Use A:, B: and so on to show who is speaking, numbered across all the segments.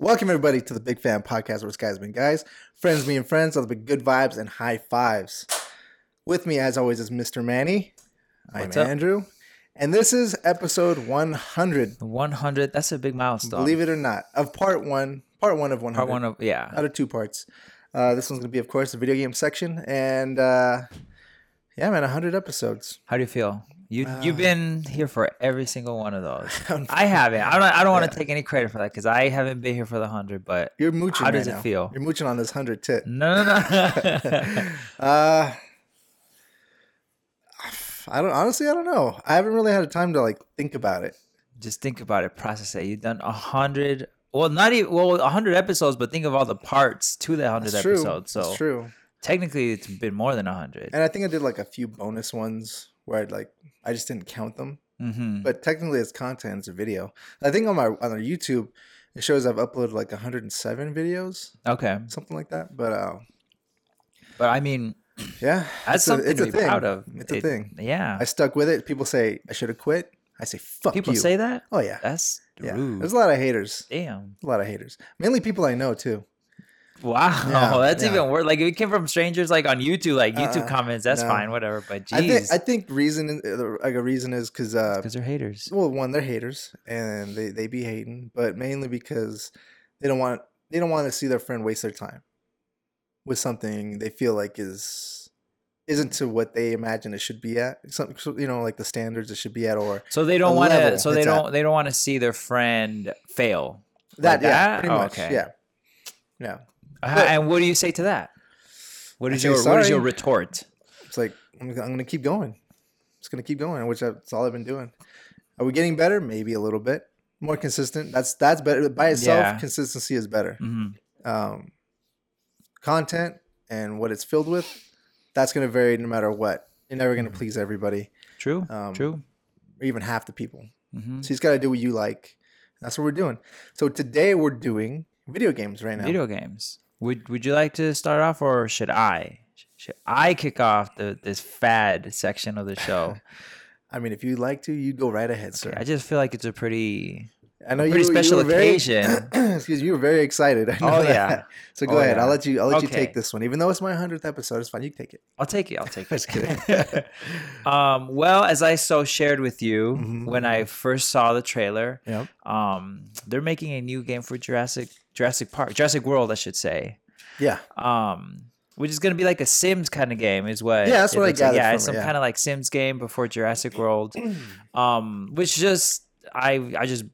A: Welcome everybody to the Big Fan Podcast, where it's guys being guys, friends being friends, all the big good vibes and high fives. With me, as always, is Mr. Manny. I'm
B: What's up?
A: Andrew, and this is episode 100.
B: The 100, that's a big milestone.
A: Believe it or not, of part one, part one of 100,
B: Part one of, yeah.
A: out of two parts. Uh, this one's gonna be, of course, the video game section, and uh, yeah, man, 100 episodes.
B: How do you feel? You,
A: Uh,
B: you've been here for every single one of those.
A: I'm-
B: I haven't. I don't, I don't want to take any credit for that because I haven't been here for the 100, but
A: You're mooching. right
B: How does it
A: now.
B: feel? Mm.
A: You're mooching on this hundred tit.
B: no, no, no.
A: Uh, I don't honestly. I don't know. I haven't really had time to like think about it.
B: Just think about it, process it. You've done 100, well, not even, well, 100 episodes, but think of all the parts to the 100
A: That's true.
B: episodes. So
A: That's true.
B: technically, it's been more than 100.
A: And I think I did like a few bonus ones where I'd like I just didn't count them.
B: hmm
A: But technically, it's content. It's a video. I think on my on our YouTube, it shows I've uploaded like 107 videos,
B: Okay.
A: something like that. But uh,
B: But I mean,
A: yeah,
B: that's
A: a-
B: something to be
A: thing.
B: proud of.
A: It's a
B: It-
A: thing.
B: Yeah.
A: I stuck with it. People say I should have quit. I say fuck
B: People
A: you.
B: say that?
A: oh yeah,
B: That's
A: yeah.
B: rude.
A: There's a lot of haters.
B: Damn.
A: A lot of haters, mainly people I know too.
B: Wow,
A: Yeah,
B: that's
A: yeah.
B: even worse. Like if it came from strangers, like on YouTube, like YouTube
A: Uh-uh,
B: comments, that's
A: no.
B: fine, whatever. But
A: I think
B: jeez,
A: I think reason uh, the- like a reason is because uh,
B: because they're haters.
A: well, one they're haters and they they be hating, but mainly because they don't want they don't want to see their friend waste their time with something they feel like is isn't to what they imagine it should be at. Some so, you know like the standards it should be at or
B: So they don't
A: the
B: want
A: level
B: to. So they
A: it's at.
B: don't. They don't want to see their friend fail.
A: that. yeah,
B: that?
A: pretty
B: Oh,
A: much.
B: okay.
A: Yeah, yeah.
B: Uh,
A: But-
B: and what do you say to that? What
A: I
B: is
A: say
B: your What is your
A: sorry.
B: retort?
A: It's like I'm, I'm gonna keep going. Just gonna keep going, which that's all I've been doing. Are we getting better? Maybe a little bit more consistent. That's that's better by itself.
B: Yeah.
A: Consistency is better.
B: Mhm.
A: um, content and what it's filled with, that's going to vary no matter what. You're never going
B: Mm-hmm.
A: to please everybody
B: True.
A: Um,
B: True.
A: or even half the people.
B: hmm
A: So you just got to do what you like. That's what we're doing. So today we're doing video games right now.
B: Video games. Would Would you like to start off, or should I? Should I kick off the this fad section of the show?
A: I mean, if you'd like to, you go right ahead, sir.
B: I just feel like it's a pretty
A: I know
B: pretty special
A: were very-
B: occasion.
A: excuse me, you were very excited. I know
B: Oh,
A: that.
B: yeah.
A: So go
B: Oh,
A: ahead.
B: yeah.
A: I'll let you. I'll let you
B: Okay.
A: take this one, even though it's my hundredth episode. It's fine. You can take it.
B: I'll take it. I'll take it.
A: Just kidding.
B: um, well, as I so shared with you
A: Mhm.
B: when I first saw the trailer,
A: Yep.
B: um, they're making a new game for Jurassic Jurassic Park, Jurassic World, I should say,
A: Yeah.
B: um, which is going to be like a Sims kind of game, is what.
A: Yeah, that's
B: it
A: what I
B: looks like.
A: gathered
B: Yeah,
A: from
B: it's
A: it,
B: some
A: yeah.
B: kind of like Sims game before Jurassic World, um, which just I I just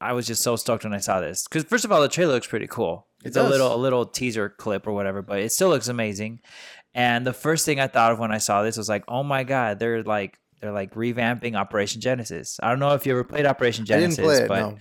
B: I was just so stoked when I saw this because first of all, the trailer looks pretty cool.
A: It
B: It's a
A: does.
B: little a little teaser clip or whatever, but it still looks amazing. And the first thing I thought of when I saw this was like, oh my god, they're like they're like revamping Operation Genesis. I don't know if you ever played Operation
A: I didn't
B: Genesis,
A: play it.
B: but
A: no.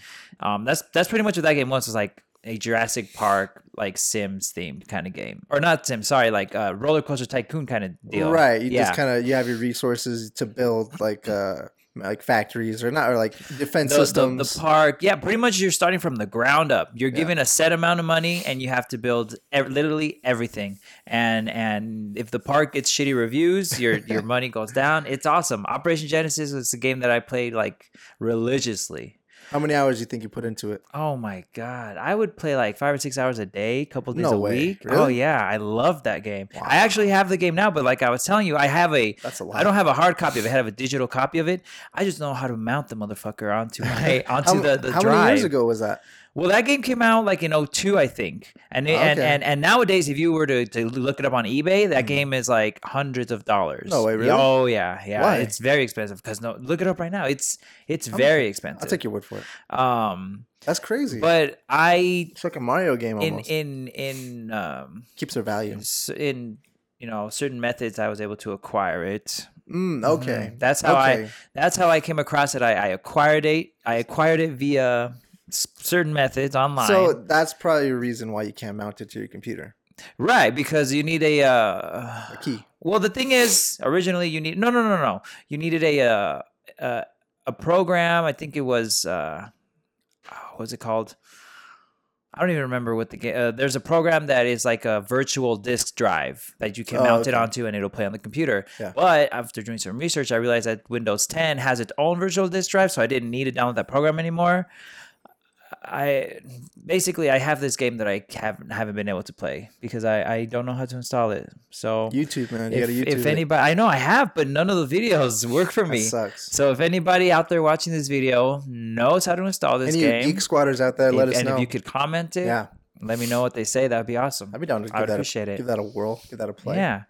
B: um, that's that's pretty much what that game was. Was like a Jurassic Park like Sims themed kind of game, or not Sims, sorry, like uh, roller coaster tycoon kind of deal.
A: Right. You
B: yeah.
A: just kind of you have your resources to build like uh like factories or not or like defense
B: the, the-
A: systems.
B: the park. Yeah, pretty much you're starting from the ground up. You're
A: Yeah.
B: given a set amount of money and you have to build ev- literally everything. And and if the park gets shitty reviews, your your money goes down. It's awesome. Operation Genesis is a game that I played like religiously.
A: How many hours do you think you put into it?
B: Oh my god, I would play like five or six hours a day, couple days
A: No
B: a
A: way.
B: week. Oh
A: Really?
B: yeah, I love that game.
A: Wow.
B: I actually have the game now, but like I was telling you, I have a
A: That's a lot.
B: I don't have a hard copy of it. I have a digital copy of it. I just know how to mount the motherfucker onto my onto
A: how,
B: the, the
A: how
B: drive.
A: many years ago was that?
B: Well, that game came out like in 02, I think. And it,
A: Okay.
B: and,
A: Mm-hmm.
B: and and nowadays, if you were to, to look it up on eBay, that game is like hundreds of dollars.
A: No way, really?
B: Oh yeah, yeah.
A: Why?
B: It's very expensive because no, look it up right now. It's it's very expensive.
A: I'll take your word for it.
B: um,
A: That's crazy.
B: but I
A: it's like a Mario game
B: in
A: almost.
B: in in um
A: Keeps their value.
B: s- in you know certain methods, I was able to acquire it.
A: Mm, okay.
B: Mhm. That's how I
A: Okay.
B: that's how I came across it. I, I acquired it. I acquired it via s- certain methods online.
A: So that's probably a reason why you can't mount it to your computer.
B: Right, because you need a. Uh,
A: A key.
B: well, the thing is, originally you need no, no, no, no. You needed a uh, uh, a program. I think it was uh, what was it called? I don't even remember what the game. Uh, there's a program that is like a virtual disk drive that you can
A: Oh,
B: mount it
A: okay.
B: onto and it'll play on the computer.
A: Yeah.
B: But after doing some research, I realized that Windows 10 has its own virtual disk drive, so I didn't need to download that program anymore. I basically I have this game that I haven't haven't been able to play because I I don't know how to install it. So
A: YouTube, man. You
B: if,
A: gotta YouTube. it.
B: if anybody, I know I have, but none of the videos work for
A: That
B: me.
A: sucks.
B: So if anybody out there watching this video knows how to install this
A: Any of you
B: game,
A: geek squatters out there, let
B: if-
A: us
B: and
A: know.
B: if you could comment it,
A: yeah,
B: let me know what they say. That'd be awesome.
A: I'd be down to give
B: I would
A: that.
B: appreciate
A: a,
B: it.
A: Give that a whirl. Give that a play.
B: Yeah,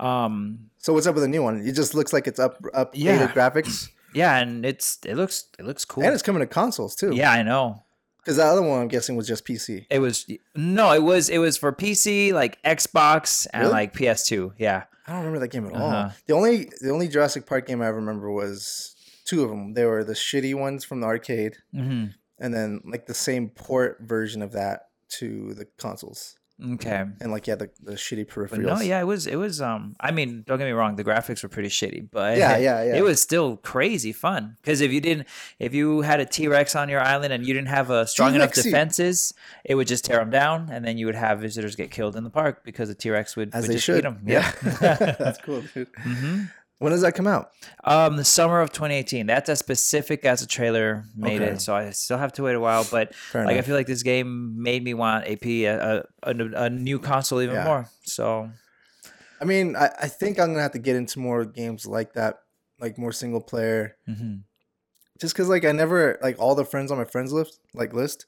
B: um,
A: So what's up with the new one? It just looks like it's up updated
B: Yeah.
A: graphics,
B: yeah, and it's it looks it looks cool.
A: and it's coming to consoles too.
B: yeah, I know.
A: because the other one I'm guessing was just PC.
B: It was no, it was it was for PC, like Xbox, and
A: Really?
B: like PS2. Yeah,
A: I don't remember that game at all.
B: Uh-huh.
A: The only the only Jurassic Park game I remember was two of them. They were the shitty ones from the arcade,
B: mm-hmm.
A: and then like the same port version of that to the consoles,
B: okay.
A: and like yeah, the, the shitty
B: But
A: peripherals.
B: no, yeah, it was it was. Um, I mean, don't get me wrong, the graphics were pretty shitty, but
A: yeah, yeah, yeah.
B: It was still crazy fun because if you didn't, if you had a T Rex on your island and you didn't have a strong enough
A: T-Rexy.
B: defenses, it would just tear them down, and then you would have visitors get killed in the park because the T Rex would,
A: as
B: would
A: they
B: just
A: should.
B: eat them.
A: Yeah, that's cool, dude.
B: hmm
A: When does that come out?
B: Um, the summer of 2018. That's as specific as the trailer made
A: Okay.
B: it. So I still have to wait a while, but
A: Fair
B: like I
A: enough.
B: feel like this game made me want AP a, a, a, a new console even
A: Yeah.
B: more. So
A: I mean, I, I think I'm gonna have to get into more games like that, like more single player.
B: mhm.
A: Just because, like, I never like all the friends on my friends list, like list,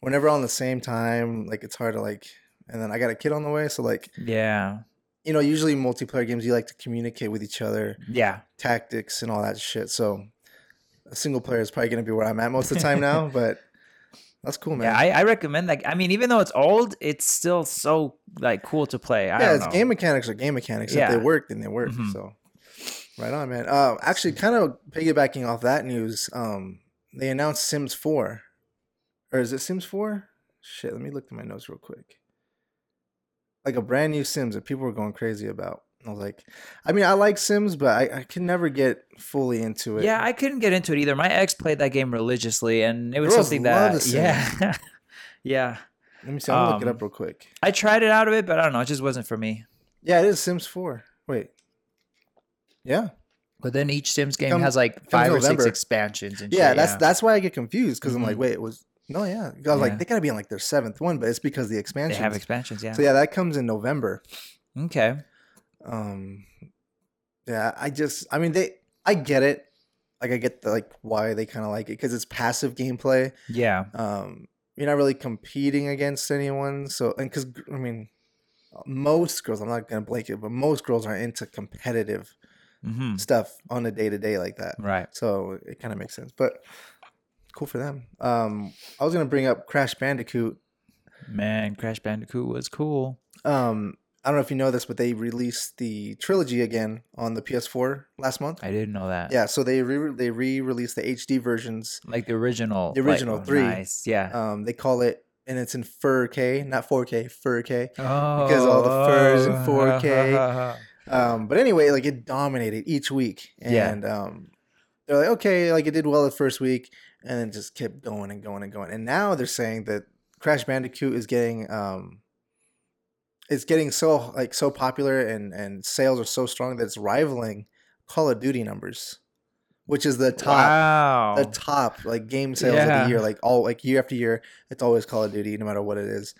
A: we're never on the same time. Like, it's hard to like. And then I got a kid on the way, so like,
B: yeah,
A: you know, usually multiplayer games, you like to communicate with each other,
B: yeah,
A: tactics and all that shit. So, a single player is probably gonna be where I'm at most of the time now. But that's cool, man.
B: yeah. I, I recommend that. I mean, even though it's old, it's still so like cool to play. I
A: yeah,
B: don't
A: it's
B: know.
A: game mechanics are game mechanics. If
B: Yeah.
A: they work, then they work.
B: Mhm.
A: So, right on, man. Uh, actually, kind of piggybacking off that news, um, they announced Sims 4, or is it Sims 4? Shit, let me look through my notes real quick. Like a brand new Sims that people were going crazy about. I was like, I mean, I like Sims, but I, I can never get fully into it.
B: Yeah, I couldn't get into it either. My ex played that game religiously, and it was
A: Girls
B: something
A: love
B: that
A: the
B: yeah, yeah.
A: let me see. I'll look it
B: um,
A: up real quick.
B: I tried it out of it, but I don't know. It just wasn't for me.
A: Yeah, it is Sims 4. Wait. Yeah,
B: But then each Sims game
A: Come-
B: has like five or six
A: November.
B: expansions and
A: yeah,
B: shit,
A: that's that's why I get confused because I'm like,
B: Mhm.
A: wait, it was no, yeah. 'Cause I was
B: Yeah.
A: like, they gotta be on like their seventh one, but it's because the
B: they
A: expansion.
B: have expansions. Yeah.
A: So yeah, that comes in November.
B: Okay.
A: Um, yeah, I just, I mean, they, I get it. Like, I get the like why they kind of like it because it's passive gameplay.
B: Yeah.
A: Um, you're not really competing against anyone. So, and because I mean, most girls, I'm not gonna blanket, but most girls are into competitive
B: hmm
A: stuff on a day to day like that.
B: Right.
A: So it kind of makes sense, but cool for them. Um, I was gonna bring up Crash Bandicoot.
B: Man, Crash Bandicoot was cool.
A: Um, I don't know if you know this, but they released the trilogy again on the PS4 last month.
B: I didn't know that.
A: Yeah, so they re- they re-released the HD versions.
B: Like the original.
A: The
B: like-
A: original
B: oh,
A: three.
B: Nice. Yeah.
A: Um, they call it, and it's in 4K, not 4K, 4K.
B: oh.
A: because all the furs and 4K. Um, but anyway, like it dominated each week,
B: Yeah.
A: and um, they're like, okay, like it did well the first week, and then just kept going and going and going. And now they're saying that Crash Bandicoot is getting um, it's getting so like so popular, and and sales are so strong that it's rivaling Call of Duty numbers, which is the top.
B: Wow.
A: The top like game sales of
B: Yeah.
A: the year, like all like year after year, it's always Call of Duty, no matter what it is.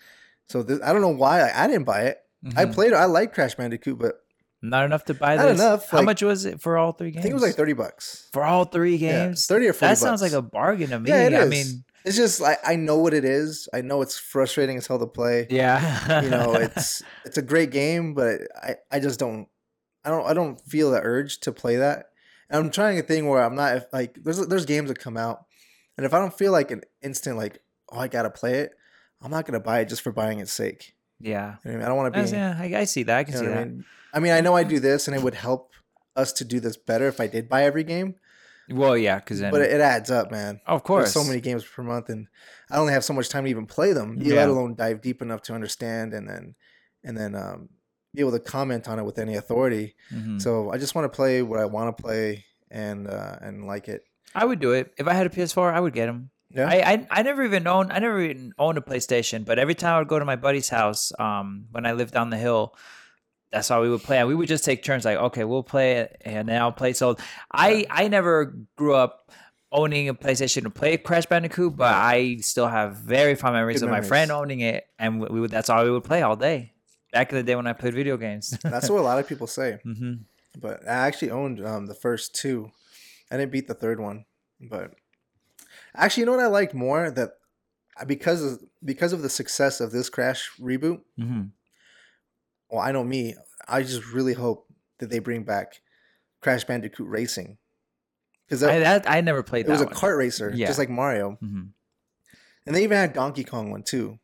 A: So this, I don't know why I, I didn't buy it. I
B: Mhm.
A: played it. I like Crash Bandicoot, but
B: Not enough to buy this.
A: Not enough,
B: How
A: like-
B: much was it for all three games?
A: I think it was like thirty bucks.
B: for all three
A: Yeah,
B: games.
A: thirty or forty.
B: that sounds like
A: bucks.
B: a bargain to me.
A: Yeah, it
B: I
A: is.
B: mean,
A: It's just I, I know what it is. I know it's frustrating as hell to play.
B: yeah.
A: You know, it's it's a great game, but I I just don't I don't I don't feel the urge to play that. And I'm trying a thing where I'm not if, like there's there's games that come out, and if I don't feel like an instant like oh I gotta play it, I'm not gonna buy it just for buying its sake.
B: yeah.
A: You know what I mean, I don't want to
B: That's-
A: be.
B: yeah, I, I see that. I can
A: You
B: see
A: know what I
B: that.
A: mean? I mean, I know I do this, and it would help us to do this better if I did buy every game.
B: Well, yeah, because then,
A: but it, it adds up, man.
B: of
A: There's
B: course,
A: so many games per month, and I only have so much time to even play them.
B: Yeah.
A: Let alone dive deep enough to understand, and then and then um, be able to comment on it with any authority.
B: Mhm.
A: So I just want to play what I want to play and uh, and like it.
B: I would do it if I had a PS4. I would get them.
A: Yeah,
B: I, I I never even owned I never even owned a PlayStation, but every time I would go to my buddy's house, um, when I lived down the hill, that's how we would play. And we would just take turns, like, okay, we'll play it, and then I'll play. So I I never grew up owning a PlayStation to play Crash Bandicoot, but I still have very fond memories
A: Good
B: of my
A: memories.
B: friend owning it, and we, we, that's all we would play all day. Back in the day when I played video games.
A: That's what a lot of people say.
B: hmm
A: But I actually owned um, the first two. I didn't beat the third one, but actually, you know what I liked more that because of, because of the success of this Crash reboot.
B: hmm
A: Well, I know me. I just really hope that they bring back Crash Bandicoot Racing because
B: I,
A: it
B: that, I never played that
A: was a
B: one.
A: kart racer,
B: Yeah.
A: just like Mario,
B: Mhm.
A: and they even had Donkey Kong one too.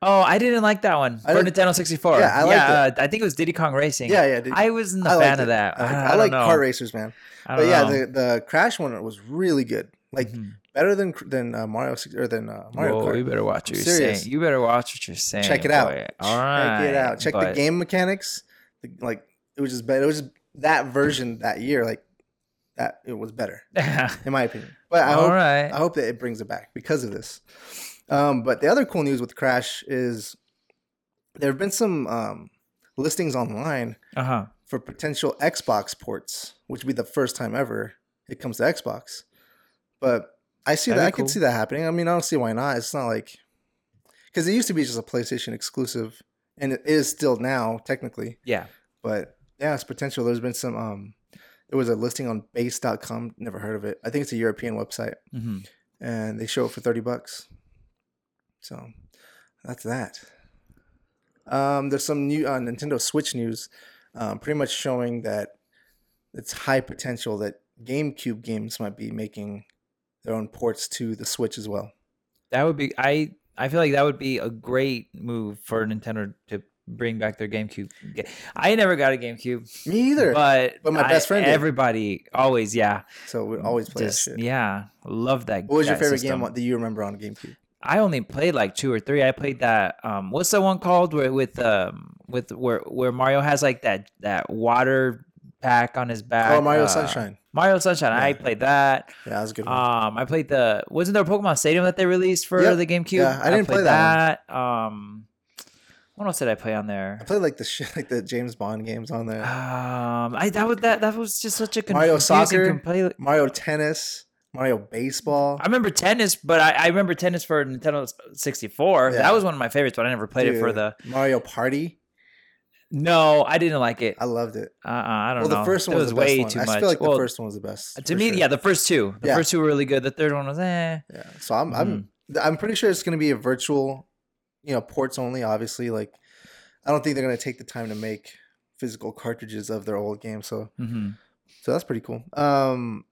B: Oh, I didn't like that one
A: I
B: for
A: didn't-
B: Nintendo 64.
A: Yeah, I liked
B: uh, I think it was Diddy Kong Racing.
A: Yeah, yeah. dude.
B: I wasn't a
A: I liked
B: fan
A: it.
B: of that.
A: I like,
B: I,
A: I like
B: car
A: kart racers, man.
B: I
A: But
B: don't
A: yeah, the,
B: know.
A: the Crash one was really good. Like
B: Mhm.
A: better than than uh, Mario six- or than uh, Mario
B: Whoa,
A: Kart.
B: you better watch what
A: I'm
B: you're
A: serious.
B: saying. You better watch what you're saying.
A: Check it out.
B: boy. All right.
A: Check it out. Check the
B: but-
A: game mechanics. The, like it was just better. It was just that version that year. Like that it was better in my opinion. But I
B: All
A: hope
B: right.
A: I hope that it brings it back because of this. Um, but the other cool news with Crash is there have been some um, listings online
B: Uh huh.
A: for potential Xbox ports, which would be the first time ever it comes to Xbox. But I see
B: That'd
A: that
B: be
A: I could
B: cool.
A: see that happening. I mean, I don't see why not. It's not like because it used to be just a PlayStation exclusive, and it is still now technically.
B: Yeah.
A: But yeah, it's potential. There's been some. um There was a listing on Base.com. Never heard of it. I think it's a European website,
B: hmm
A: and they show it for thirty bucks. So that's that. Um, there's some new uh, Nintendo Switch news, um, pretty much showing that it's high potential that GameCube games might be making their own ports to the Switch as well.
B: That would be. I. I feel like that would be a great move for Nintendo to bring back their GameCube. ga- I never got a GameCube,
A: Me either.
B: but
A: But my
B: I-
A: best friend did.
B: everybody always, yeah,
A: so we always play
B: just-
A: that shit.
B: Yeah, love that.
A: What was your
B: that
A: favorite
B: system.
A: game that you remember on GameCube?
B: I only played like two or three. I played that. Um, what's that one called? Where with um with where where Mario has like that that water pack on his back.
A: oh, Mario
B: uh,
A: Sunshine.
B: Mario Sunshine. I
A: Yeah.
B: played that.
A: Yeah, that was a good one.
B: Um, I played the wasn't there a Pokemon Stadium that they released for
A: Yep.
B: the GameCube?
A: Yeah, I didn't play
B: played
A: that
B: that. Um, what else did I play on there?
A: I played like the shit, like the James Bond games on there.
B: Um, I that was that that was just such a
A: Mario
B: confusing
A: Soccer.
B: compla-
A: Mario Tennis, Mario Baseball.
B: I remember tennis, but I, I remember tennis for Nintendo 64.
A: Yeah.
B: That was one of my favorites, but I never played it for
A: Dude,
B: the.
A: Mario Party.
B: No, I didn't like it.
A: I loved it.
B: Uh, uh, I don't
A: Well,
B: know.
A: the first one
B: It
A: was, the best
B: way
A: one.
B: too
A: I
B: much.
A: feel like
B: Well,
A: the first one was the best.
B: to
A: for
B: me,
A: sure.
B: yeah, the first two. The
A: Yeah.
B: first two were really good. The third one was eh.
A: yeah. So I'm I'm
B: Hmm.
A: I'm pretty sure it's gonna be a virtual, you know, ports only. Obviously, like I don't think they're gonna take the time to make physical cartridges of their old game. So
B: Mm-hmm.
A: so that's pretty cool. Um,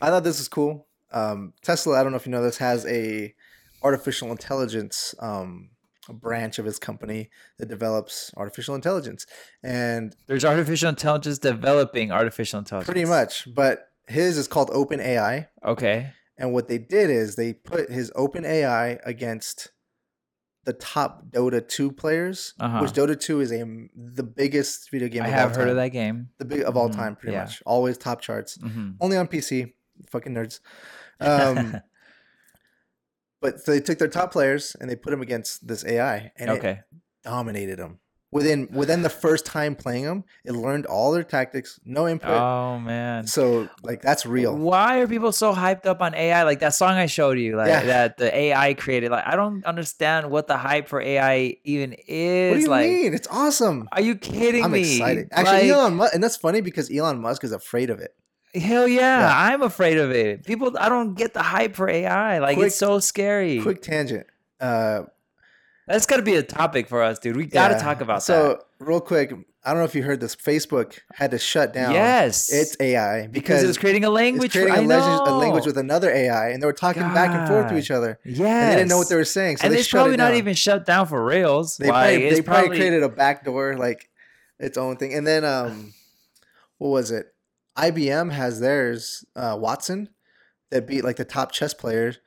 A: I thought this was cool. Um, Tesla. I don't know if you know this has a artificial intelligence um branch of his company that develops artificial intelligence and
B: There's artificial intelligence developing artificial intelligence.
A: pretty much but his is called open ai
B: Okay.
A: And what they did is they put his open AI against the top Dota 2 players,
B: Uh-huh.
A: which Dota 2 is a the biggest video game
B: I
A: of
B: have
A: all
B: heard
A: time.
B: of that game.
A: The big of all
B: Mhm,
A: time pretty
B: yeah.
A: much. Always top charts.
B: hmm
A: Only on PC, fucking nerds. Um but so they took their top players and they put them against this AI and it
B: okay.
A: dominated them. Within within the first time playing them, it learned all their tactics, no input.
B: Oh man.
A: so like that's real.
B: Why are people so hyped up on AI? Like that song I showed you, like
A: Yeah.
B: that the AI created. Like I don't understand what the hype for AI even is.
A: What do you
B: like,
A: mean? It's awesome.
B: are you kidding
A: I'm
B: me?
A: excited. Actually,
B: Like,
A: Elon Musk, and that's funny because Elon Musk is afraid of it.
B: Hell yeah,
A: Yeah.
B: I'm afraid of it. People, I don't get the hype for AI. Like
A: Quick-
B: it's so scary.
A: Quick tangent. Uh,
B: That's got to be a topic for us, dude. We got to
A: yeah.
B: talk about
A: so, real quick, I don't know if you heard this. Facebook had to shut
B: that.
A: down.
B: yes,
A: It's AI because,
B: because it was creating a
A: it's
B: language. for-
A: creating
B: I
A: a, legend, a
B: know.
A: language with another AI, and they were talking back and forth to
B: God.
A: each other.
B: Yes.
A: And they didn't know what they were saying, so
B: and
A: they
B: it's
A: shut
B: probably
A: it
B: not
A: down.
B: even shut down for reals.
A: They,
B: Like,
A: probably,
B: it's
A: they probably created a backdoor, like its own thing. And then, um, what was it? IBM has theirs, uh, Watson, that beat like the top chess players.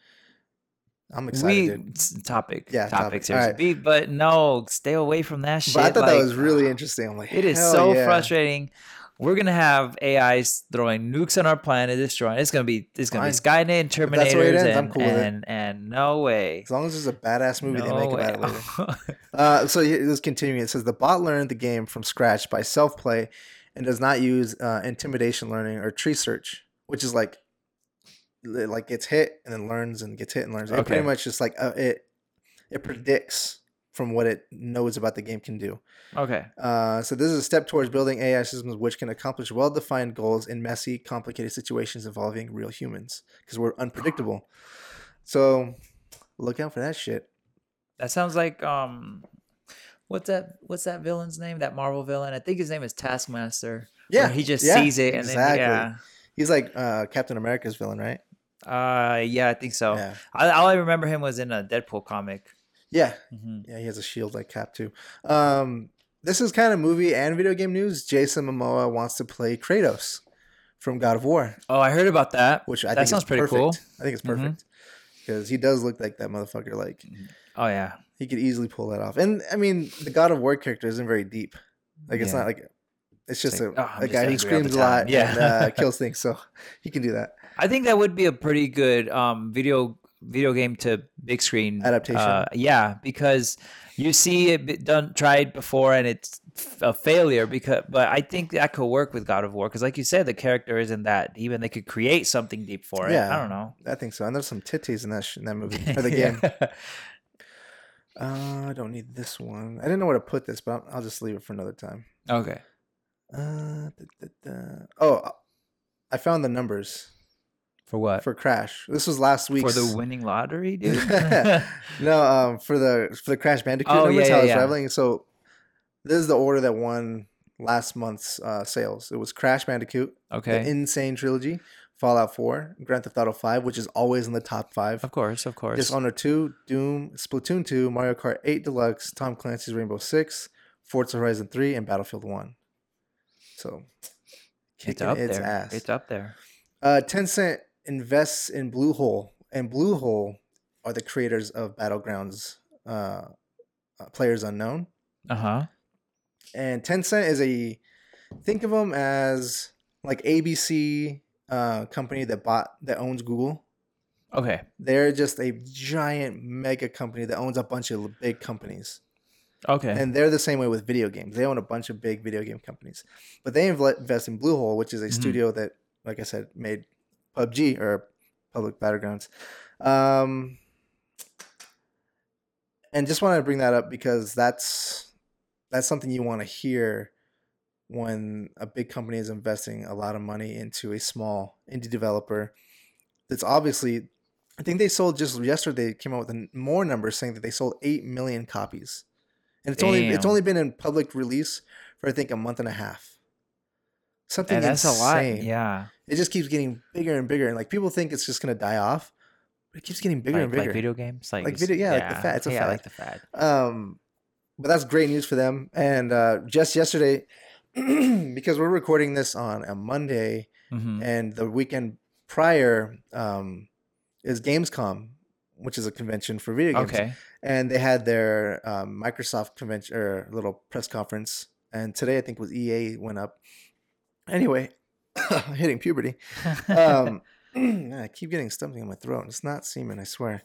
A: I'm excited.
B: we
A: dude.
B: s- topic.
A: Yeah,
B: Yeah,
A: topic.
B: topic. Seriously,
A: Alright.
B: Be- but no, stay away from that shit.
A: But I thought
B: Like,
A: that was really interesting. I'm like,
B: It is
A: hell
B: so
A: yeah.
B: frustrating. We're gonna have AIs throwing nukes on our planet, destroying. It's gonna be it's gonna be Skynet and
A: If that's the way it
B: Terminators,
A: ends,
B: and,
A: I'm cool with it.
B: and and no way,
A: As long as there's a badass movie they
B: No
A: make
B: way.
A: about it later. Uh, so here- this continuing. It says the bot learned the game from scratch by self play, and does not use uh, intimidation learning or tree search, which is like li- like gets hit and then learns and gets hit and learns. It pretty
B: Okay.
A: much just like uh, it it predicts from what it knows about the game can do.
B: Okay.
A: Uh, so this is a step towards building AI systems which can accomplish well-defined goals in messy, complicated situations involving real humans because we're unpredictable. So look out for that shit.
B: That sounds like um what's that what's that villain's name? That Marvel villain? I think his name is Taskmaster. where
A: Yeah,
B: He just
A: yeah,
B: sees it and
A: exactly.
B: then
A: he's like uh, Captain America's villain, right?
B: yeah. Uh yeah, I think so.
A: Yeah,
B: I, all I remember him was in a Deadpool comic.
A: yeah,
B: Mhm.
A: yeah. He has a shield like Cap too. Um, this is kind of movie and video game news. Jason Momoa wants to play Kratos from God of War,
B: Oh, I heard about that.
A: which I
B: That
A: think
B: sounds
A: is
B: pretty
A: perfect.
B: cool.
A: I think it's
B: Mhm.
A: perfect because he does look like that motherfucker. Like
B: Oh yeah.
A: he could easily pull that off. And I mean, the God of War character isn't very deep. Like it's
B: Yeah.
A: not like it's just
B: like,
A: a,
B: "Oh, I'm
A: a
B: just
A: guy who
B: angry all the
A: screams a
B: time."
A: lot
B: Yeah.
A: and uh, kills things, so he can do that.
B: I think that would be a pretty good um, video video game to big screen
A: Adaptation.
B: uh, yeah, because you see it be- done tried before and it's f- a failure. Because, but I think that could work with God of War because, like you said, the character isn't that deep, and they could create something deep for it.
A: Yeah.
B: I don't know.
A: I think so. And there's some titties in that sh- in that movie or the game. Uh, I don't need this one. I didn't know where to put this, but I'll- I'll just leave it for another time.
B: okay.
A: Uh, da, da, da. Oh, I found the numbers
B: For what? For,
A: for Crash. This was last week's.
B: Uh, the winning lottery, dude.
A: no, um, for the for the Crash Bandicoot
B: Oh,
A: numbers,
B: yeah,
A: how
B: yeah,
A: it's
B: yeah.
A: traveling. So this is the order that won last month's uh, sales. It was Crash Bandicoot,
B: okay.
A: the Insane Trilogy, Fallout 4, Grand Theft Auto 5, which is always in the top five.
B: of course, of course.
A: Dishonored 2, Doom, Splatoon 2, Mario Kart 8 Deluxe, Tom Clancy's Rainbow Six, Forza Horizon 3, and Battlefield 1. So
B: it's
A: kicking
B: up
A: its
B: there.
A: ass.
B: It's up there.
A: Uh, Tencent invests in Bluehole, and Bluehole are the creators of Battlegrounds, uh, uh, Players Unknown.
B: Uh huh.
A: And Tencent is a think of them as like ABC uh, company that bought that owns Google.
B: Okay.
A: They're just a giant mega company that owns a bunch of big companies.
B: Okay.
A: And they're the same way with video games. They own a bunch of big video game companies, but they inv- invest in Bluehole, which is a
B: Mhm.
A: studio that, like I said, made PUBG or Public Battlegrounds. Um, and just wanted to bring that up because that's that's something you want to hear when a big company is investing a lot of money into a small indie developer. That's obviously, I think they sold just yesterday. they Came out with n- more numbers saying that they sold eight million copies, and it's only it's
B: Damn.
A: only been in public release for I think a month and a half. Something
B: Yeah, that's a lot.
A: insane
B: Yeah.
A: it just keeps getting bigger and bigger and like people think it's just gonna die off but it keeps getting bigger
B: like,
A: and bigger
B: like video games, like,
A: Like
B: you
A: video-
B: s-
A: yeah, like the fad- it's a
B: yeah,
A: fad.
B: like the fad.
A: um but that's great news for them and uh just yesterday because we're recording this on a monday
B: Mhm.
A: and the weekend prior um is gamescom which is a convention for video games
B: Okay.
A: and they had their um, Microsoft convention or little press conference. And today, I think was EA went up. Anyway, hitting puberty. Um, I keep getting something in my throat. It's not semen, I swear.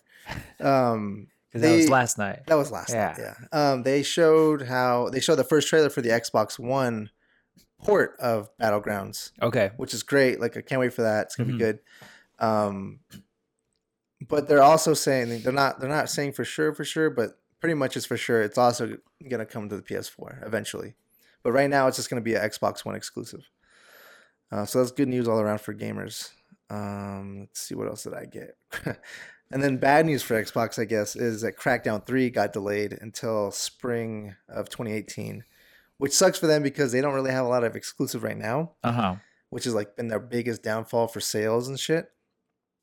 A: Um,
B: Because that was
A: they-
B: last night.
A: that was last night.
B: Yeah.
A: Yeah. Um, they showed how they showed the first trailer for the Xbox One port of Battlegrounds
B: Okay.
A: which is great. Like I can't wait for that. It's gonna
B: Mhm.
A: be good. Um, but they're also saying they're not they're not saying for sure for sure, but pretty much it's for sure. It's also gonna come to the PS4 eventually, but right now it's just gonna be an Xbox One exclusive. Uh, so that's good news all around for gamers. Um, let's see what else did I get. and then bad news for Xbox, I guess, is that Crackdown 3 got delayed until spring of 2018, which sucks for them because they don't really have a lot of exclusive right now
B: Uh huh.
A: which has like been their biggest downfall for sales and shit.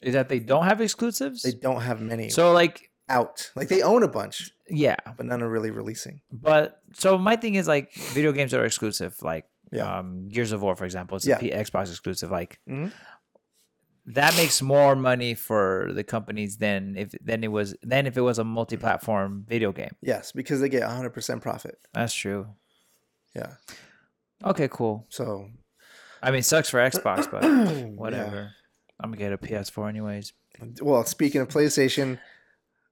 B: Is that they don't have exclusives?
A: They don't have many
B: so like
A: out. Like they own a bunch,
B: yeah,
A: but none are really releasing.
B: but so my thing is like video games are exclusive. Like
A: Yeah.
B: um, Gears of War, for example, it's
A: Yeah.
B: a P- Xbox exclusive. Like
A: Mhm.
B: that makes more money for the companies than if than it was than if it was a multi-platform video game.
A: Yes, because they get 100% profit.
B: That's true.
A: Yeah.
B: Okay, cool.
A: So
B: I mean, sucks for Xbox, but
A: yeah.
B: whatever. I'm gonna get a PS4 anyways.
A: Well, speaking of PlayStation,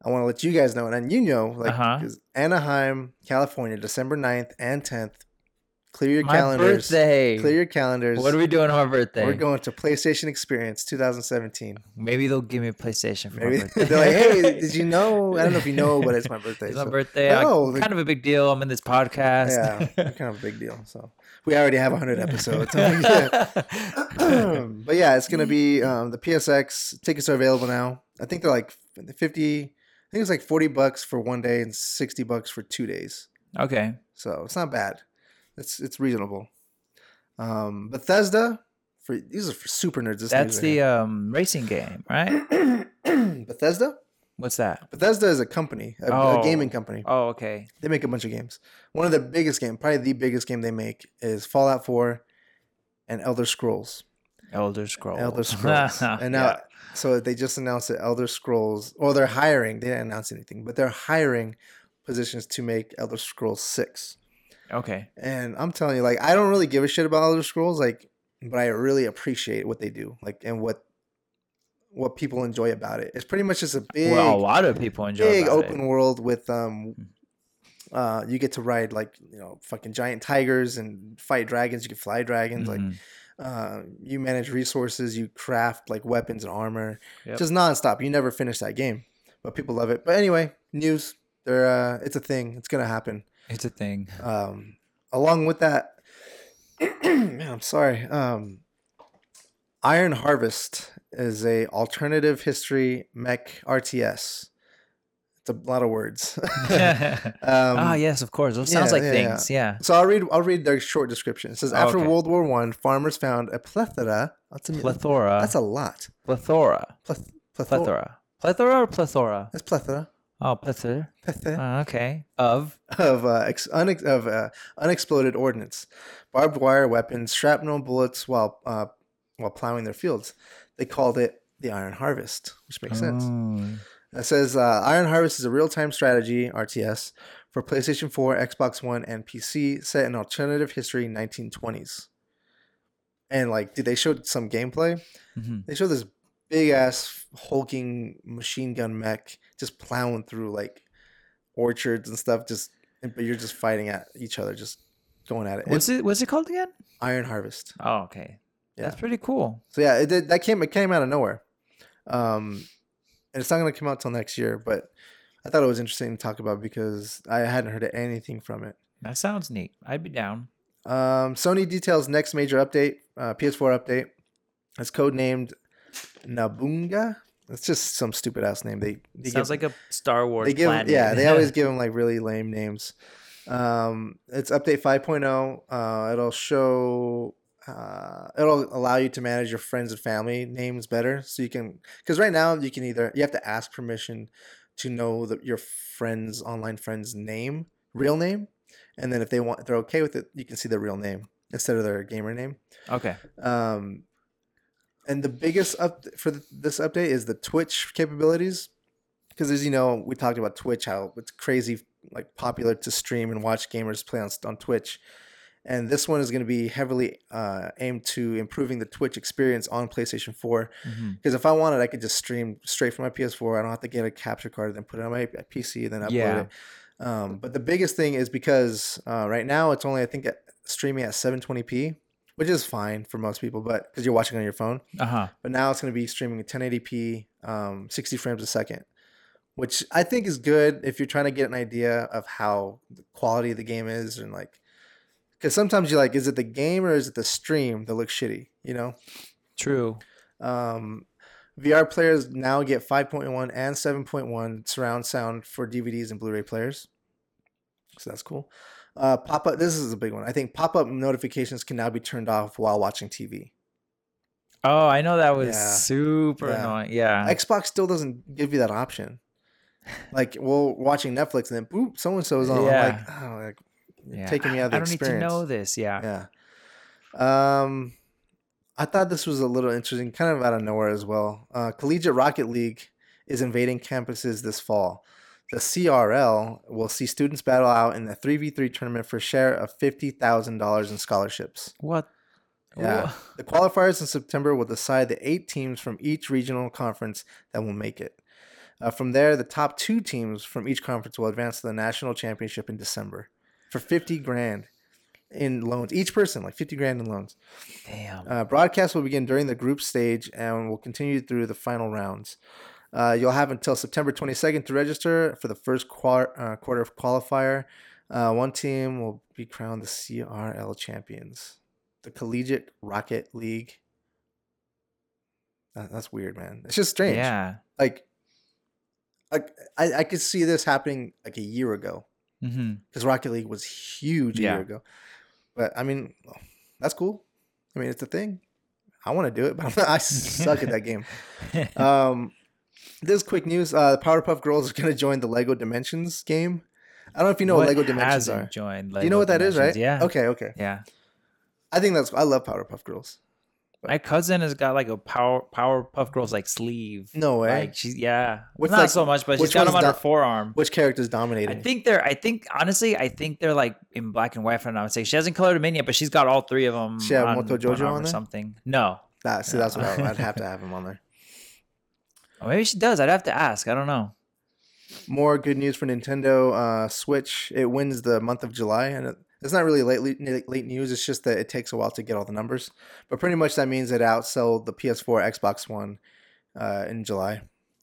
A: I want to let you guys know and you know like
B: Uh-huh.
A: 'cause Anaheim, California, December 9th and 10th Clear your
B: my
A: calendars.
B: birthday.
A: Clear your calendars.
B: what are we doing on my birthday?
A: We're going to PlayStation Experience 2017.
B: Maybe they'll give me a PlayStation for
A: Maybe
B: my birthday.
A: they're like, "Hey, did you know? I don't know if you know, but it's my birthday."
B: It's my
A: so-
B: birthday.
A: No,
B: I,
A: the-
B: kind of a big deal. I'm in this
A: yeah,
B: podcast.
A: kind of a big deal. So we already have 100 episodes. Yeah. but yeah, it's gonna be um, the PSX tickets are available now. I think they're like fifty. I think it's like forty bucks for one day and sixty bucks for two days.
B: okay.
A: So it's not bad. It's it's reasonable. Um, Bethesda for these are for super nerds. This
B: That's the um, racing game, right?
A: the Bethesda.
B: What's that?
A: Bethesda is a company, a,
B: Oh.
A: a gaming company.
B: Oh, okay.
A: They make a bunch of games. One of their biggest game, probably the biggest game they make, is Fallout Four and Elder Scrolls.
B: Elder Scrolls.
A: Elder Scrolls. and now, so they just announced that Elder Scrolls, or they're hiring. They didn't announce anything, but they're hiring positions to make Elder Scrolls Six.
B: Yeah. Okay.
A: And I'm telling you, like, I don't really give a shit about Elder Scrolls, like, but I really appreciate what they do, like, and what what people enjoy about it. It's pretty much just a big,
B: well, a lot of people enjoy
A: big
B: about
A: open
B: It.
A: world with um. Uh, you get to ride like you know fucking giant tigers and fight dragons. You can fly dragons. Like
B: Mhm.
A: uh, you manage resources, you craft like weapons and armor,
B: Yep.
A: just nonstop. You never finish that game, but people love it. But anyway, news. They're, uh, it's a thing. It's gonna happen.
B: it's a thing.
A: Um, along with that, man, I'm sorry. Um, Iron Harvest is a alternative history mech RTS. It's a lot of words. um,
B: ah, yes, of course. Those sounds
A: yeah,
B: like
A: yeah,
B: things. Yeah.
A: So I'll read. I'll read their short description. It says
B: Oh,
A: after
B: okay.
A: World War One, farmers found a plethora. That's a
B: Plethora.
A: that's a lot.
B: plethora.
A: Pleth- plethora.
B: Plethora. Plethora or plethora?
A: That's plethora.
B: Oh, plethora.
A: Plethora
B: Ah, okay. Of.
A: of uh, ex- unex- of uh, unexploded ordnance, barbed wire weapons, shrapnel bullets, while uh, while plowing their fields. They called it the Iron Harvest, which makes sense.
B: Oh.
A: It says uh, Iron Harvest is a real-time strategy RTS for PlayStation 4, Xbox One, and PC, set in alternative history 1920s. And like, did they showed some gameplay?
B: Mhm.
A: They showed this big ass hulking machine gun mech just plowing through like orchards and stuff. Just but you're just fighting at each other, just going at it.
B: What's it? What's it called again?
A: It's Iron Harvest.
B: Oh, okay.
A: Yeah.
B: That's pretty cool.
A: So yeah, it did, that came it came out of nowhere, um, and it's not gonna come out till next year. But I thought it was interesting to talk about because I hadn't heard anything from it.
B: That sounds neat. I'd be down.
A: Um, Sony details next major update, uh, PS4 update. It's codenamed Nabunga. It's just some stupid ass name. They, they
B: sounds
A: give-
B: like a Star Wars.
A: they give
B: planet.
A: yeah they always give them like really lame names um it's update 5.0 uh it'll show uh it'll allow you to manage your friends and family names better so you can because right now you can either you have to ask permission to know the, your friends online friends name real name and then if they want if they're okay with it you can see their real name instead of their gamer name
B: okay.
A: um, and the biggest up for th- this update is the Twitch capabilities, because as you know, we talked about Twitch how it's crazy like popular to stream and watch gamers play on s- on Twitch, and this one is going to be heavily uh, aimed to improving the Twitch experience on PlayStation Four.
B: Mhm.
A: Because if I wanted, I could just stream straight from my PS4. I don't have to get a capture card, then put it on my PC, then upload
B: Yeah.
A: it. Um, but the biggest thing is because uh, right now it's only I think at, streaming at 720p, which is fine for most people, but because you're watching on your phone.
B: Uh huh.
A: But now it's going to be streaming at 1080p, um, 60 frames a second, which I think is good if you're trying to get an idea of how the quality of the game is and like. Because sometimes you're like, is it the game or is it the stream that looks shitty? You know.
B: True.
A: Um, VR players now get 5.1 and 7.1 surround sound for DVDs and Blu-ray players. So that's cool. Uh, pop up. This is a big one. I think pop up notifications can now be turned off while watching TV.
B: Oh, I know that was
A: Yeah.
B: super
A: Yeah.
B: annoying. Yeah.
A: Xbox still doesn't give you that option. Like, well, watching Netflix and then boop, so and so is on. I'm like, oh, like you're
B: Yeah.
A: taking me out of the
B: I don't
A: experience.
B: need to know this. Yeah.
A: Yeah. Um, I thought this was a little interesting, kind of out of nowhere as well. Uh, Collegiate Rocket League is invading campuses this fall. The CRL will see students battle out in the 3v3 tournament for a share of $50,000 in scholarships.
B: What?
A: Yeah.
B: Wha-
A: The qualifiers in September will decide the eight teams from each regional conference that will make it. Uh, from there, the top two teams from each conference will advance to the national championship in December for 50 grand. in loans, each person, like 50 grand in loans.
B: Damn.
A: Uh, broadcast will begin during the group stage and will continue through the final rounds. Uh, you'll have until September 22nd to register for the first quar- uh, quarter of qualifier. Uh, one team will be crowned the CRL champions, the Collegiate Rocket League. That- that's weird, man. It's just strange.
B: Yeah.
A: Like, like I, I could see this happening like a year ago
B: Mm-hmm.
A: because Rocket League was huge a
B: Yeah.
A: year ago. But I mean, that's cool. I mean, it's a thing. I want to do it, but I'm not, I suck at that game. Um, this quick news: uh, the Powerpuff Girls are going to join the Lego Dimensions game. I don't know if you know what, Lego Dimensions
B: hasn't
A: are.
B: Joined
A: you know
B: Lego
A: what that is,
B: Dimensions?
A: right?
B: Yeah.
A: Okay, okay.
B: Yeah.
A: I think that's. I love Powerpuff Girls.
B: My cousin has got like a power Powerpuff Girls like sleeve.
A: No way.
B: Like she's yeah,
A: What's,
B: not
A: like-
B: so much, but
A: which
B: she's got them on
A: one's
B: her
A: do-
B: forearm.
A: Which character's
B: I
A: dominating?
B: think they're. I think honestly, I think they're like in black and white. If I'm not mistaken, she hasn't colored them in yet, but she's got all three of them.
A: She have Moto Jojo on
B: or
A: there?
B: something. No,
A: That, see, that's what I,
B: No.
A: I'd have to have him on there.
B: or maybe she does. I'd have to ask. I don't know.
A: More good news for Nintendo uh, Switch. It wins the month of July, and it, it's not really late late news. It's just that it takes a while to get all the numbers, but pretty much that means it outsold the PS4, Xbox One uh, in July,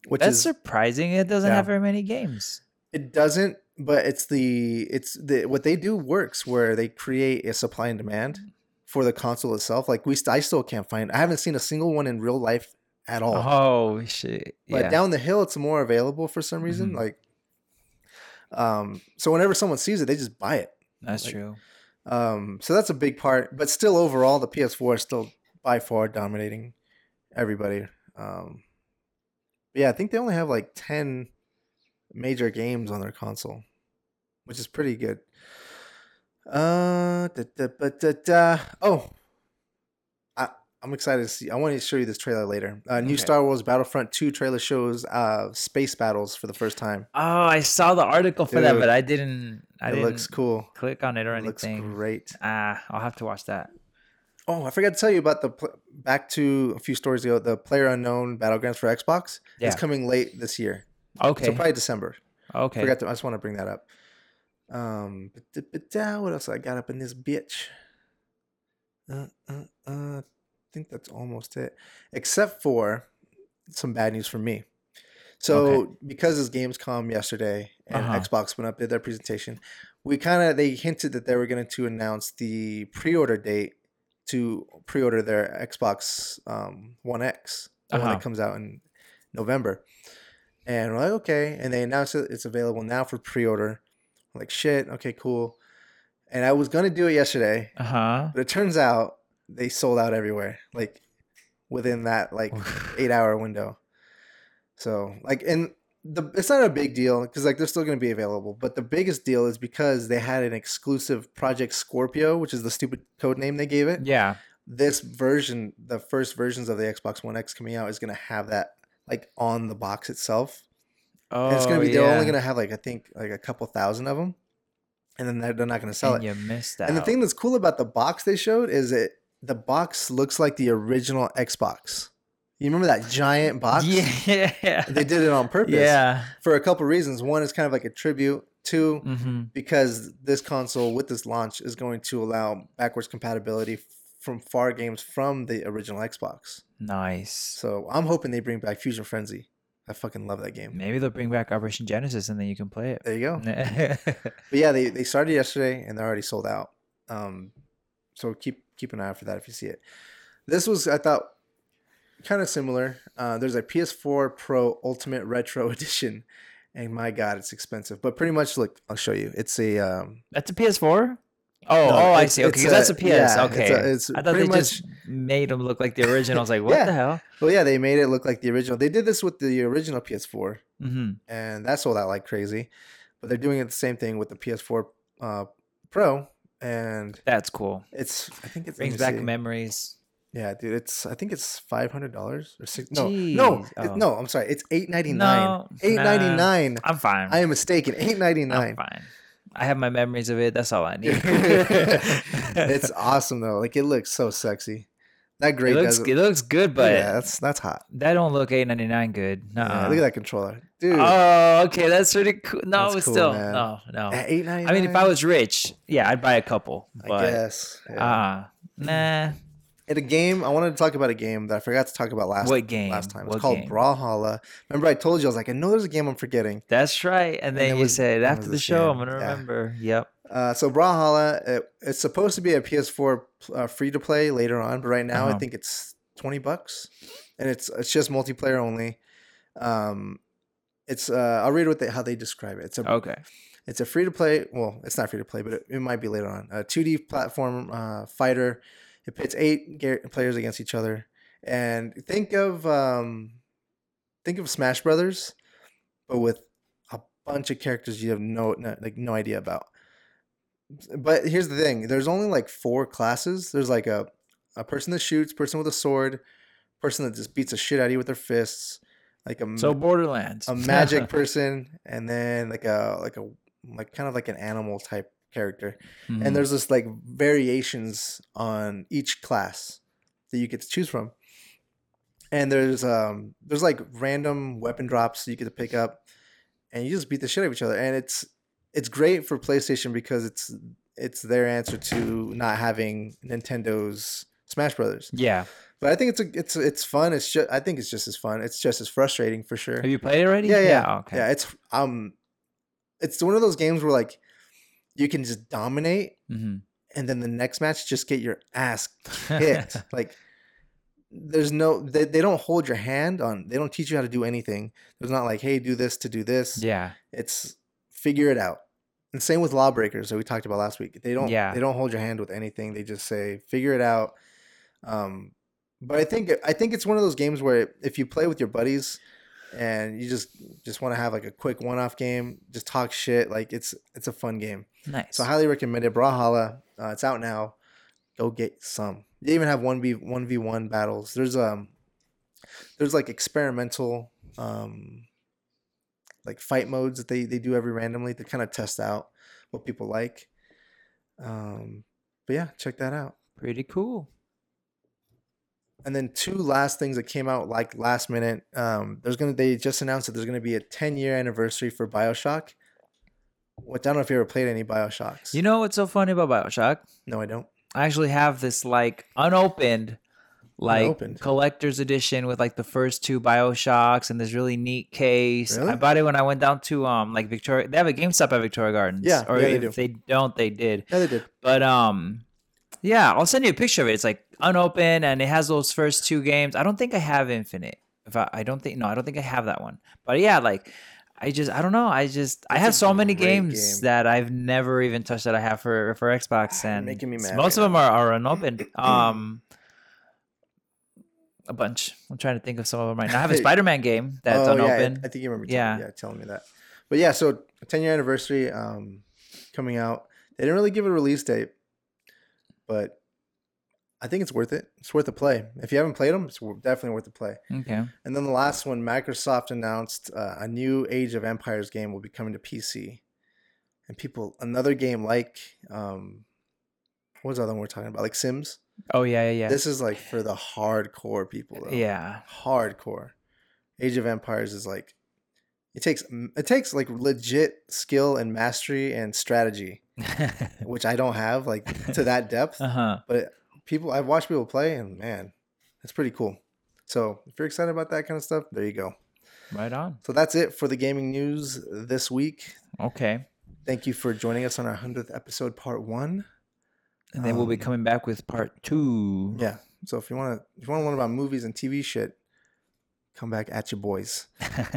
A: which
B: That's
A: is
B: surprising. It doesn't
A: Yeah.
B: have very many games.
A: It doesn't, but it's the it's the what they do works where they create a supply and demand for the console itself. Like we, st- I still can't find. I haven't seen a single one in real life at all.
B: Oh, shit!
A: But
B: yeah.
A: down the hill, it's more available for some reason.
B: Mhm.
A: Like, um, so whenever someone sees it, they just buy it.
B: that's
A: like-
B: true.
A: Um, so that's a big part. But still, overall, the PS4 is still by far dominating everybody. Um, yeah, I think they only have like ten major games on their console, which is pretty good. Uh, da, da, ba, da, da. oh, I I'm excited to see. I want to show you this trailer later. Uh, new
B: Okay.
A: Star Wars Battlefront Two trailer shows uh space battles for the first time.
B: Oh, I saw the article for that,
A: Dude,
B: but I didn't. I
A: it
B: didn't
A: looks cool.
B: click on it or
A: It looks
B: anything.
A: great.
B: Ah, I'll have to watch that.
A: Oh, I forgot to tell you about the pl- back to a few stories ago. The Player Unknown Battlegrounds for Xbox.
B: Yeah.
A: It's coming late this year,
B: Okay.
A: so probably December.
B: okay.
A: Forgot to. I just want to bring that up. Um, but, da- but, da, what else I got up in this bitch? Uh, uh, uh, I think that's almost it, except for some bad news for me. So
B: Okay.
A: because this Gamescom yesterday and
B: Uh-huh.
A: Xbox went up did their presentation, we kind of they hinted that they were going to announce the pre-order date to pre-order their Xbox um, One X, the one
B: Uh-huh.
A: that comes out in November. And we're like, okay, and they announced that it's available now for pre-order. I'm like, shit, okay, cool. And I was gonna do it yesterday,
B: Uh huh.
A: but it turns out they sold out everywhere, like within that like eight hour window. So like, and the it's not a big deal because like they're still going to be available. But the biggest deal is because they had an exclusive Project Scorpio, which is the stupid code name they gave it.
B: Yeah.
A: This version, the first versions of the Xbox One X coming out, is going to have that like on the box itself.
B: Oh,
A: and it's going to be they're only
B: yeah.
A: going to have like I think like a couple thousand of them, and then they're, they're not going to sell
B: and
A: it.
B: You missed that.
A: And the thing that's cool about the box they showed is it the box looks like the original Xbox. You remember that giant box?
B: Yeah.
A: They did it on purpose.
B: Yeah.
A: For a couple reasons. One is kind of like a tribute. Two,
B: Mm-hmm.
A: because this console with this launch is going to allow backwards compatibility from far games from the original Xbox.
B: Nice.
A: So I'm hoping they bring back Fusion Frenzy. I fucking love that game.
B: Maybe they'll bring back Operation Genesis and then you can play it.
A: There you go. But yeah, they, they started yesterday and they're already sold out. Um, so keep keep an eye out for that if you see it. This was I thought kind of similar. Uh, there's a PS4 Pro Ultimate Retro Edition, and my God, it's expensive. But pretty much, look, I'll show you. It's a um,
B: that's a PS4. Oh,
A: no,
B: oh, I
A: it's-
B: see. Okay,
A: it's
B: 'cause that's a PS.
A: yeah,
B: okay.
A: it's, a, it's
B: I thought
A: pretty
B: they
A: much.
B: just made them look like the original. I was like, what
A: Yeah.
B: the hell?
A: Well, yeah, they made it look like the original. They did this with the original PS4,
B: Mm-hmm.
A: and that sold out like crazy. But they're doing it the same thing with the PS4 uh, Pro, and
B: That's cool.
A: it's I think it's let
B: Brings
A: me
B: back
A: see.
B: memories.
A: Yeah, dude, it's I think it's five hundred dollars or six. No, no,
B: Jeez,
A: it-
B: oh.
A: no. I'm sorry, it's eight ninety nine.
B: No,
A: Eight ninety
B: nah,
A: nine.
B: I'm fine.
A: I am mistaken. Eight ninety
B: I'm
A: nine.
B: fine. I have my memories of it. That's all I need.
A: It's awesome though. Like it looks so sexy. That
B: It
A: great
B: looks,
A: does
B: it looks good, but
A: yeah, that's that's hot.
B: that don't look eight ninety nine good. No.
A: Yeah, look at that controller, dude.
B: Oh, okay, that's pretty cool. No,
A: That's
B: it's
A: cool,
B: still
A: man.
B: no, no.
A: at eight ninety.
B: I mean, if I was rich, yeah, I'd buy a couple.
A: I
B: But
A: guess.
B: ah,
A: yeah.
B: nah.
A: At a game, I wanted to talk about a game that I forgot to talk about last
B: what game?
A: last time. It's
B: What
A: called
B: game?
A: Brawlhalla. Remember, I told you I was like, I know there's a game I'm forgetting.
B: That's right. And then
A: it
B: you
A: was-
B: said
A: it
B: after
A: was
B: the
A: this
B: show, I'm
A: game.
B: gonna
A: Yeah.
B: remember. Yep.
A: Uh, so Brawlhalla, it, it's supposed to be a PS4 uh, free to play later on, but right now
B: Uh-huh.
A: I think it's twenty bucks, and it's it's just multiplayer only. Um, it's uh, I'll read what they how they describe it. It's a
B: Okay.
A: It's a free to play. Well, it's not free to play, but it, it might be later on. A 2D platform uh, fighter. It pits eight ga- players against each other, and think of um, think of Smash Brothers, but with a bunch of characters you have no, no like no idea about. But here's the thing: there's only like four classes. There's like a a person that shoots, person with a sword, person that just beats the shit out of you with their fists, like a
B: So Borderlands.
A: Mm. a magic person and then like a like a like kind of like an animal type character
B: Mhm.
A: and there's this like variations on each class that you get to choose from and there's um there's like random weapon drops you get to pick up and you just beat the shit out of each other and it's it's great for playstation because it's it's their answer to not having nintendo's smash brothers
B: yeah.
A: but i think it's a it's it's fun it's just i think it's just as fun it's just as frustrating for sure
B: Have you played it already?
A: yeah, yeah,
B: okay.
A: yeah. It's um, it's one of those games where like you can just dominate,
B: Mhm.
A: and then the next match just get your ass kicked. like there's no they, they don't hold your hand on. They don't teach you how to do anything. There's not like hey do this to do this.
B: yeah.
A: It's figure it out. And same with lawbreakers that we talked about last week. They don't
B: Yeah.
A: they don't hold your hand with anything. They just say figure it out. Um, but I think I think it's one of those games where if you play with your buddies and you just just want to have like a quick one off game, just talk shit. Like it's it's a fun game.
B: Nice.
A: So I highly recommend it. Brawlhalla, uh, it's out now. Go get some. They even have one v one v one battles. There's um, there's like experimental um, like fight modes that they they do every randomly to kind of test out what people like. Um, but yeah, check that out.
B: Pretty cool.
A: And then two last things that came out like last minute. Um, there's gonna they just announced that there's gonna be a 10 year anniversary for Bioshock. Which I don't know if you ever played any Bioshocks.
B: You know what's so funny about Bioshock?
A: no, I don't.
B: I actually have this like unopened, like
A: Unopened?
B: collector's edition with like the first two Bioshocks and this really neat case. I
A: Really?
B: bought it when I went down to um like Victoria. They have a GameStop at Victoria Gardens.
A: Yeah,
B: or
A: yeah, they
B: if
A: do.
B: they don't, they did.
A: No, they did.
B: But um, yeah, I'll send you a picture of it. It's like unopened and it has those first two games. I don't think I have Infinite. If I, I don't think no, I don't think I have that one. But yeah, like I just I don't know. I just I
A: That's
B: have
A: a
B: so many
A: great
B: games
A: game.
B: that I've never even touched that I have for for Xbox
A: You're
B: and
A: making me mad
B: most
A: right
B: of them are, are unopened. Um a bunch. I'm trying to think of some of them right now. I have a Spider-Man game that's
A: Oh, yeah, I-
B: unopened.
A: I think you remember.
B: Yeah.
A: Telling, yeah, telling me that. But yeah, so 10 year anniversary um, coming out. They didn't really give a release date, but I think it's worth it. It's worth a play. If you haven't played them, it's wor- definitely worth a play.
B: okay.
A: And then the last one, Microsoft announced uh, a new Age of Empires game will be coming to PC, and people another game like um, what was the other one we're talking about? Like Sims.
B: Oh yeah, yeah, yeah.
A: This is like for the hardcore people. Though
B: yeah.
A: hardcore. Age of Empires is like it takes it takes like legit skill and mastery and strategy, which I don't have like to that depth.
B: uh-huh.
A: But people, I've watched people play, and man, it's pretty cool. So if you're excited about that kind of stuff, there you go.
B: Right on.
A: So that's it for the gaming news this week.
B: Okay.
A: Thank you for joining us on our hundredth episode, part one.
B: And then we'll be
A: Um,
B: coming back with part two.
A: Yeah. So if you want to, if you want to learn about movies and TV shit, come back at your boys.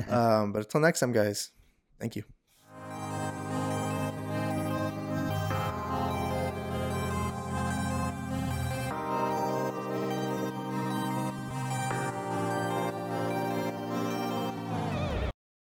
A: um, but until next time, guys, thank you.